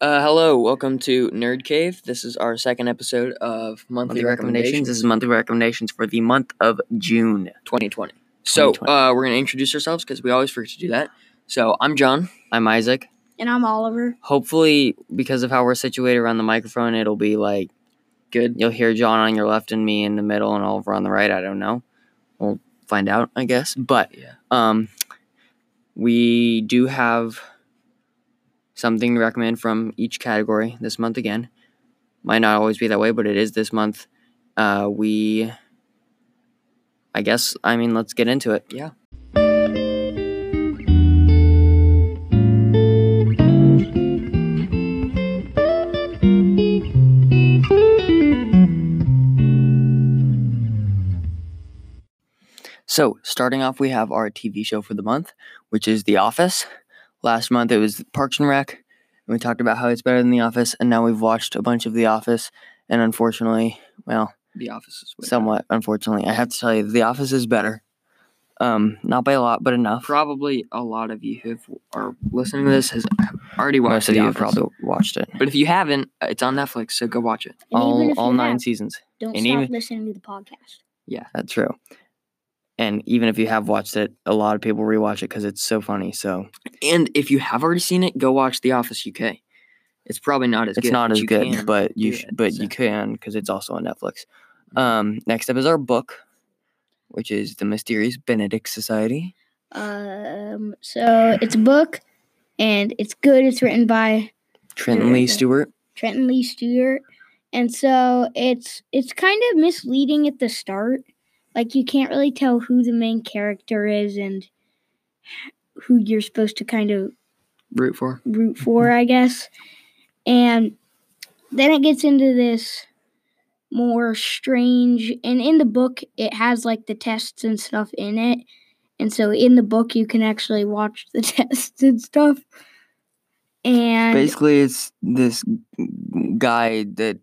Uh, hello, welcome to Nerd Cave. This is our second episode of Monthly, monthly recommendations. Recommendations, This is monthly recommendations for the month of June. 2020. So, 2020. uh, we're going to introduce ourselves because we always forget to do that. So, I'm John. I'm Isaac. And I'm Oliver. Hopefully, because of how we're situated around the microphone, it'll be like Good. you'll hear John on your left and me in the middle and Oliver on the right. I don't know. We'll find out, I guess. But Yeah. um, we do have something to recommend from each category this month again. Might not always be that way, but it is this month. Uh, we, I guess, I mean, let's get into it. Yeah. So, starting off, we have our TV show for the month, which is The Office. Last month it was Parks and Rec, and we talked about how it's better than The Office, and now we've watched a bunch of The Office, and unfortunately, well, The office is way somewhat unfortunately, I have to tell you, The Office is better. Um, not by a lot, but enough. better. Probably a lot of you who have- are listening to this has already watched Most of The you have Office. probably watched it. But if you haven't, uh, it's on Netflix, so go watch it. And even all if all you nine have, seasons. don't and stop even- listening to the podcast. That's true. And even if you have watched it, a lot of people rewatch it because it's so funny. So And if you have already seen it, go watch The Office UK. It's probably not as it's good. not but as you good, can. but you do sh- it, but you so. can because it's also on Netflix. Um, next up is our book, which is the Mysterious Benedict Society. Um, so it's a book, and it's good. It's written by Trenton Lee Okay. Stewart. Trenton Lee Stewart, and so it's it's kind of misleading at the start. Like you can't really tell who the main character is and who you're supposed to kind of root for. root Mm-hmm. for, I guess. And then it gets into this more strange and in the book it has like the tests and stuff in it. And so in the book you can actually watch the tests and stuff. And Basically, it's this guy that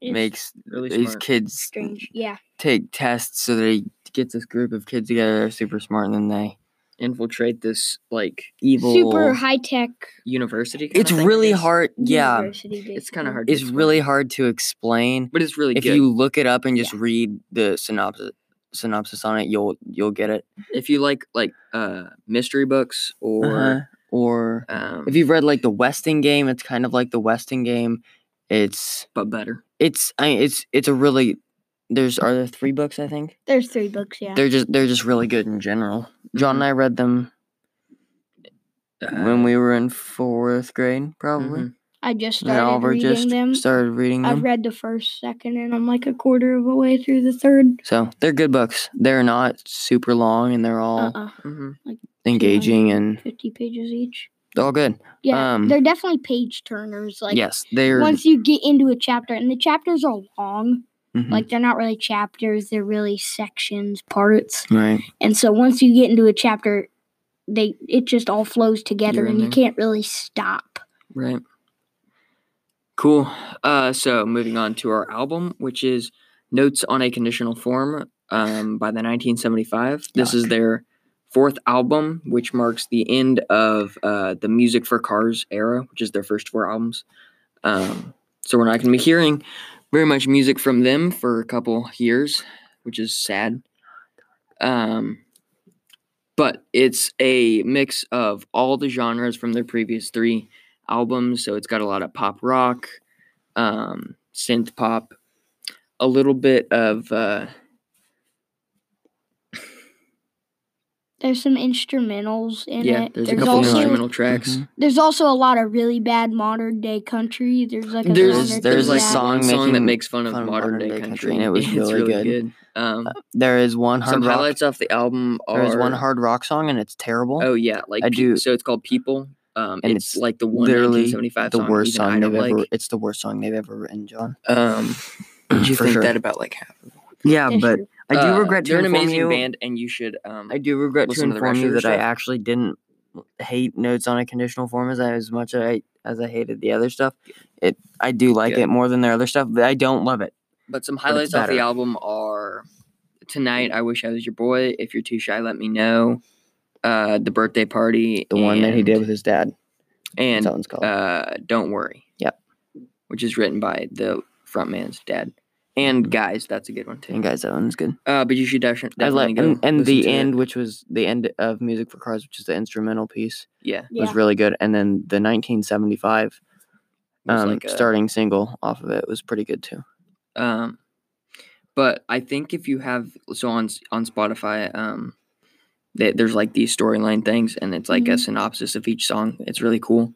it's makes Really these kids strange. Yeah. take tests so that he gets this group of kids together that are super smart and then they infiltrate this like evil. Super high tech. university. kinda it's thing, I really guess. hard. Yeah, University It's kind basically. of hard. to it's explain, really hard to explain. but it's really If good. you look it up and just read the synopsis synopsis on it, you'll you'll get it. if you like like uh mystery books Or or or um, Uh-huh. if you've read like the Westing game, it's kind of like the Westing game. It's but better. it's I mean, it's it's a really there's are there three books I think There's three books, yeah. they're just they're just really good in general. John and I read them when Uh, we were in fourth grade probably. mhm. I just And started Oliver reading just them. started reading them. I've read the first, second, and I'm like a quarter of a way through the third. so they're good books. They're not super long and they're all Uh uh Mhm. engaging and 50 pages each. they're all good. Yeah, Um, they're definitely page turners. Like yes, they're once you get into a chapter, and the chapters are long. mhm, Mm-hmm. Like they're not really chapters; they're really sections, parts. right. And so once you get into a chapter, they it just all flows together, You're in and you there. can't really stop. Right. Cool. Uh, so moving on to our album, which is Notes on a Conditional Form um, by the 1975. This is their fourth album, which marks the end of uh, the Music for Cars era, which is their first four albums. Um, so we're not going to be hearing very much music from them for a couple years, which is sad. Um, but it's a mix of all the genres from their previous three albums. So it's got a lot of pop rock, um, synth pop, a little bit of uh, There's some instrumentals in yeah. it. There's, a There's couple also, instrumental tracks. Mhm. There's also a lot of really bad modern day country. There's like a There's song There's- that there's does like a that. song one song that making makes fun of fun of modern, day, country, and it was it's really good. Um, There is one hard some rock. highlights off the album are There's one hard rock song and it's terrible. Oh yeah, like I Pe- do- So it's called People. Um, and it's, it's like the one literally 1975 the song worst even song I they've don't ever. like. It's the worst song they've ever written, John. Um, did you For think sure. that about like half? Yeah, There's but your- I do Uh, regret to they're an inform amazing you. band, and you should. Um, I do regret to Listen to the inform rest you of that your I stuff. actually didn't hate notes on a conditional form as I, as much as I as I hated the other stuff. It I do like Good. it more than their other stuff, but I don't love it. But some it's highlights off the better. album are Tonight, I Wish I Was Your Boy. If You're Too Shy, Let Me Know. Uh, the birthday party. The one that he and- did with his dad. and that one's called. uh, Don't Worry. Yep. Which is written by the frontman's dad. And guys, that's a good one Mm-hmm. and too. guys, that one's good. Uh, but you should def- I definitely like go and, and listen to the it. end, which was the end of Music for Cars, which is the instrumental piece, Yeah, it Yeah. was really good. And then the 1975 was um, like uh, a- starting single off of it was pretty good too. Um, but I think if you have so on S- on Spotify, um, they, there's like these storyline things, and it's like a Mm-hmm. Mhm. synopsis of each song. It's really cool,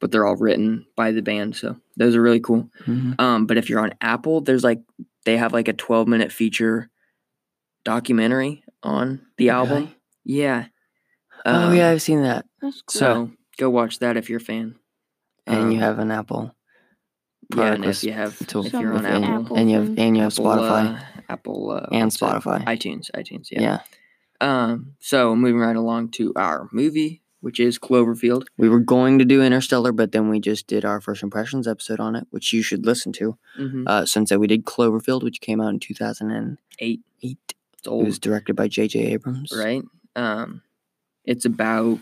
but they're all written by the band, so those are really cool. Mm-hmm. Um, but if you're on Apple, there's like they have like a 12 minute feature documentary on the album. Really? Yeah. oh Um, yeah, I've seen that. That's cool. So go watch that if you're a fan. And you Um, have uh, an Apple, yeah, product and was if you have to- if you're on with Something Apple, an- Apple and you have thing. and you have Apple, Spotify uh, Apple uh, and what's it? Spotify. iTunes, iTunes, yeah. yeah, Um, so moving right along to our movie, which is Cloverfield. we were going to do Interstellar, but then we just did our first impressions episode on it, which you should listen to. Mm-hmm. Uh, since then, we did Cloverfield, which came out in 2008. Eight, it's It was old, directed by J.J. Abrams. right? Um, it's about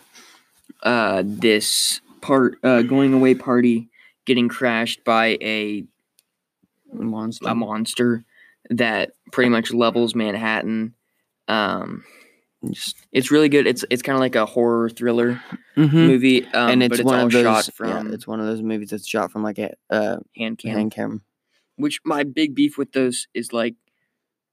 uh this part uh going away party getting crashed by a Monster. a monster that pretty much levels Manhattan. Um, Just, it's really good. It's it's kind of like a horror thriller Mhm. movie, um, and it's, but it's one all of those. shot yeah, from it's one of those movies that's shot from like a uh, hand cam. hand camera. Which my big beef with those is like,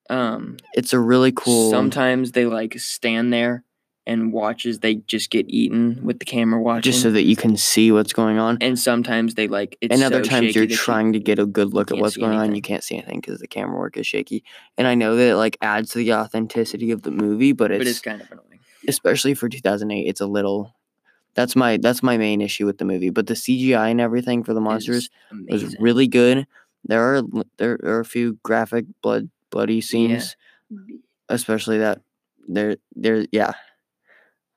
um, It's a really cool. Sometimes they like stand there and watch as they just get eaten with the camera watching. just so that you can see what's going on. and sometimes they like. It's and other so times shaky you're that you- trying to get a good look at can't what's see going on anything. you can't see anything because the camera work is shaky and i know that it like adds to the authenticity of the movie but it's, but it's kind of annoying. especially for 2008 it's a little that's my that's my main issue with the movie but the cgi and everything for the monsters It's was amazing. really good there are l- there are a few graphic blood bloody scenes especially that there there yeah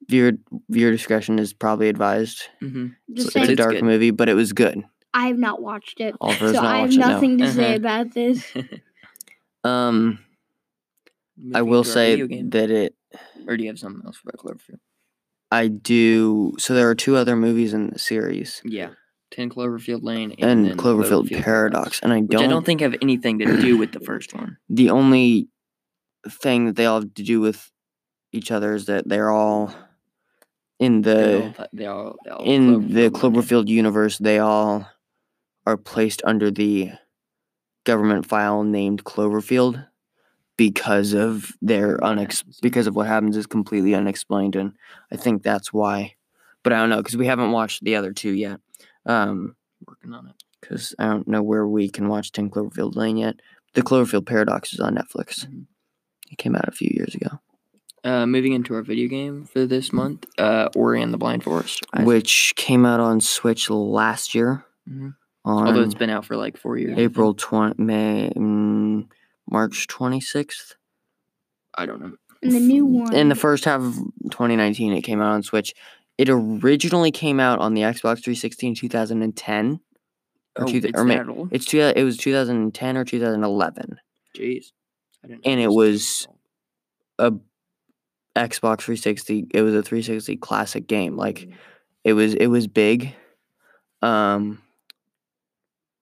viewer viewer discretion is probably advised Mhm. it's, Just it's But a saying, it's dark good. movie but it was good I have not watched it, Oliver's so not I have watching it, no. Mm-hmm. nothing to say Uh-huh. about this. um I Moving will to our say video game. that it. or do you have something else about Cloverfield? I do. So there are two other movies in the series, Yeah, Ten Cloverfield Lane and, then Cloverfield, Paradox, and I which don't, I don't think have anything to do with the first one. the only thing that they all have to do with each other is that they're all in They all the th- they all, they all in the Cloverfield Lane. Cloverfield universe. They all are placed under the government file named Cloverfield because of their What unex happens. because of what happens is completely unexplained and I think that's why but I don't know because we haven't watched the other two yet um Working on it. because I don't know where we can watch 10 Cloverfield Lane yet the Cloverfield Paradox is on Netflix Mhm. it came out a few years ago Uh, moving into our video game for this month, uh, Ori and the Blind Forest. I- which came out on Switch last year Mhm. on although it's been out for like four years. I think. Um, April 20 May mm, March 26th I don't know. And the new one. in the first half of 2019 it came out on switch it originally came out on the xbox 360 in 2010 or, Oh, two, it's or ma- that old? it's two, it was 2010 or 2011 Jeez. I didn't and it know was- that a xbox 360 it was a 360 classic game like it was it was big um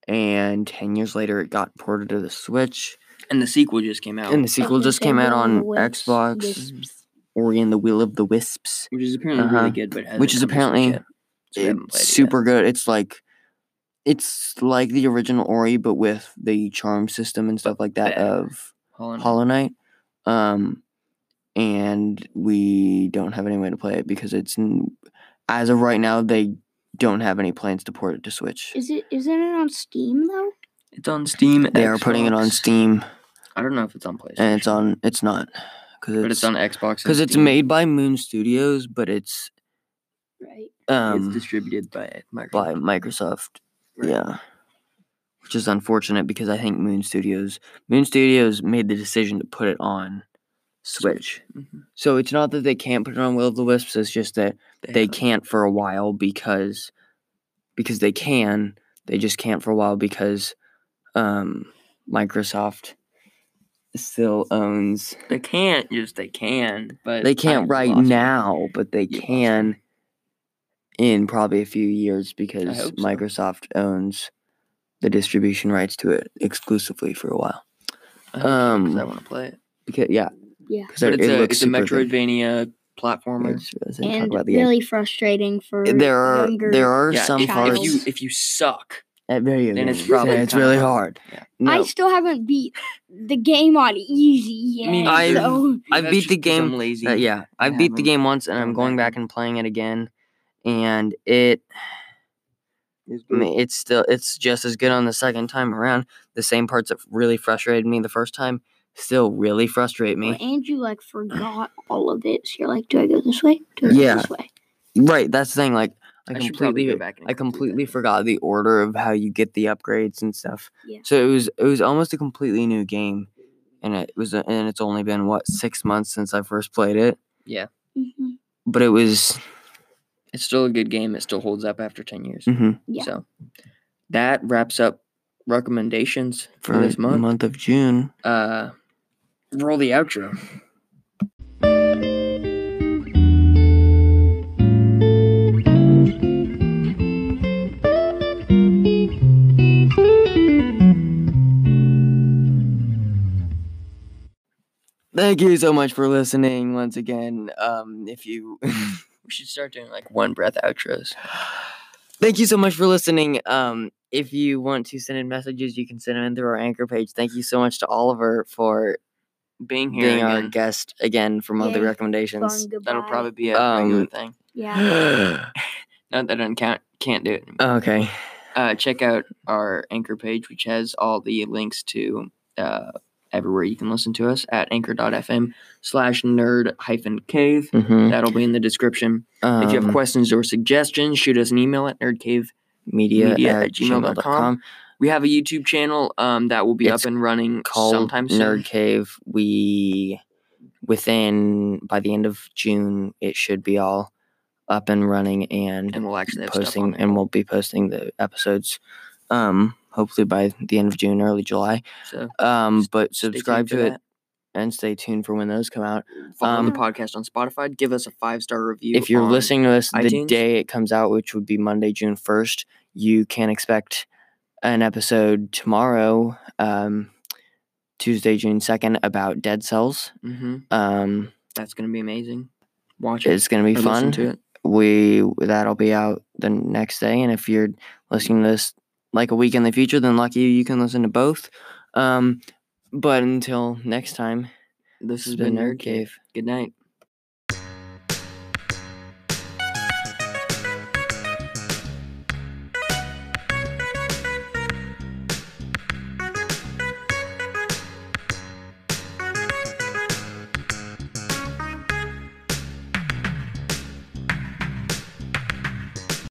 and 10 years later it got ported to the switch old. And the sequel just came out, and the sequel Okay, just so came out Will on Wisp- xbox Mm. Wisps. or in the will of the wisps which is apparently uh-huh, really good, but it hasn't which is come to Switch apparently yet, so we it- haven't played it yet. super good. It's like it's like the original Ori, but with the charm system and stuff like that better. of Hollow Knight. Hollow Knight. Um, and we don't have any way to play it because it's n- as of right now they don't have any plans to port it to Switch. Is it? Isn't it on Steam though? It's on Steam. They are putting it on Xbox. Steam, I don't know if it's on PlayStation, and it's on. It's not because but it's, it's on Xbox because it's made by Moon Studios, but it's Right. It's um distributed by Microsoft. by Microsoft. Right. Yeah. Which is unfortunate because I think Moon Studios Moon Studios made the decision to put it on Switch. Mhm. So it's not that they can't put it on Will of the Wisps, it's just that they have- can't for a while because because they can, they just can't for a while because um Microsoft still owns They can't. Just they can, but they I can't right lost it. now, but they You lost me. can in probably a few years because hope so. Microsoft owns the distribution rights to it exclusively for a while. I hope so, 'cause Um, I want to play it. because yeah, Yeah. 'cause But it, it's, it a, looks it's a super big. Metroidvania platformer. It's- it's- talk and about the game. really frustrating for There are younger. there are Yeah, some if, child. if parts you if you suck, at video then it's games, probably it's really kinda hard. Yeah. I No, still haven't beat the game on easy yet. Me neither. so I that's beat just the 'cause I'm game- lazy. uh, yeah, I I beat the haven't game once and I'm gone going back back and playing it again, and it I mean, it's still it's just as good on the second time around. The same parts that really frustrated me the first time still really frustrate me. and you like forgot all of it. So you're like, do I go this way? Do I Yeah. go this way? Right, that's the thing. Like I I should probably completely go back and I complete that. completely forgot the order of how you get the upgrades and stuff. Yeah. So it was it was almost a completely new game, and it was a, and it's only been what six months since I first played it. hmm But it was It's still a good game. It still holds up after ten years. mhm, Yeah. So that wraps up recommendations for, for, this the month. month of June. Uh, roll the outro. Thank you so much for listening once again. Um, if you We should start doing like one breath outros. Thank you so much for listening. Um, if you want to send in messages, you can send them in through our anchor page. Thank you so much to Oliver for Being here, being our again, guest again for monthly Yay. recommendations. Fun goodbye. that'll probably be a Um, regular thing. yeah. okay. No, that doesn't count. Can't do it. anymore. Uh, check out our anchor page, which has all the links to uh, everywhere you can listen to us at anchor.fm slash nerd hyphen cave. Mm-hmm. Um, That'll be in the description. if you have questions or suggestions, shoot us an email at nerdcave. media, media at at gmail dot gmail.com. We have a YouTube channel um, that will be It's up and running Called sometime soon. Nerd Cave. We within by the end of June, it should be all up and running and and we'll actually have stuff on posting there. and we'll be posting the episodes um hopefully by the end of June early July So um S- but stay tuned subscribe for to it that. and stay tuned for when those come out Follow Um, the podcast on Spotify. Give us a five star review. if you're on- listening to this the iTunes? day it comes out which would be Monday June 1st you can expect an episode tomorrow um Tuesday June 2nd about dead cells Mhm. um that's going to be amazing. Watch it. it's going to be or listen fun to it. we that'll be out the next day and if you're listening to this like a week in the future then lucky you you can listen to both um but until next time This has been Nerd Cave. Good night.